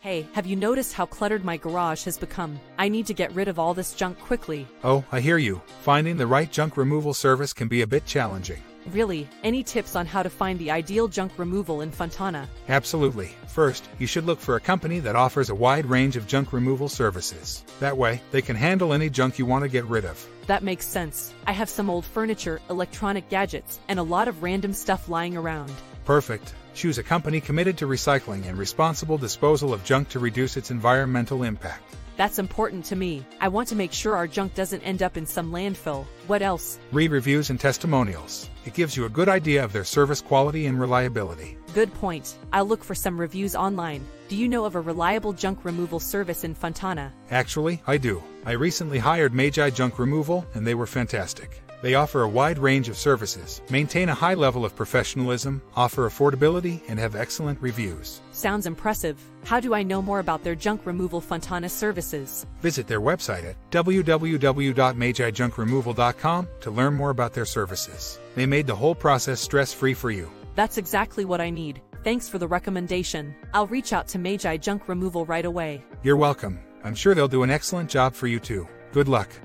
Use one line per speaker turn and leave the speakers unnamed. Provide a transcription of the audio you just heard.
Hey, have you noticed how cluttered my garage has become? I need to get rid of all this junk quickly.
Oh, I hear you. Finding the right junk removal service can be a bit challenging.
Really, any tips on how to find the ideal junk removal in Fontana?
Absolutely. First, you should look for a company that offers a wide range of junk removal services. That way, they can handle any junk you want to get rid of.
That makes sense. I have some old furniture, electronic gadgets, and a lot of random stuff lying around.
Perfect. Choose a company committed to recycling and responsible disposal of junk to reduce its environmental impact.
That's important to me. I want to make sure our junk doesn't end up in some landfill. What else?
Read reviews and testimonials. It gives you a good idea of their service quality and reliability.
Good point. I'll look for some reviews online. Do you know of a reliable junk removal service in Fontana?
Actually, I do. I recently hired Magi Junk Removal, and they were fantastic. They offer a wide range of services, maintain a high level of professionalism, offer affordability, and have excellent reviews.
Sounds impressive. How do I know more about their junk removal Fontana services?
Visit their website at www.magijunkremoval.com to learn more about their services. They made the whole process stress free for you.
That's exactly what I need. Thanks for the recommendation. I'll reach out to Magi Junk Removal right away.
You're welcome. I'm sure they'll do an excellent job for you too. Good luck.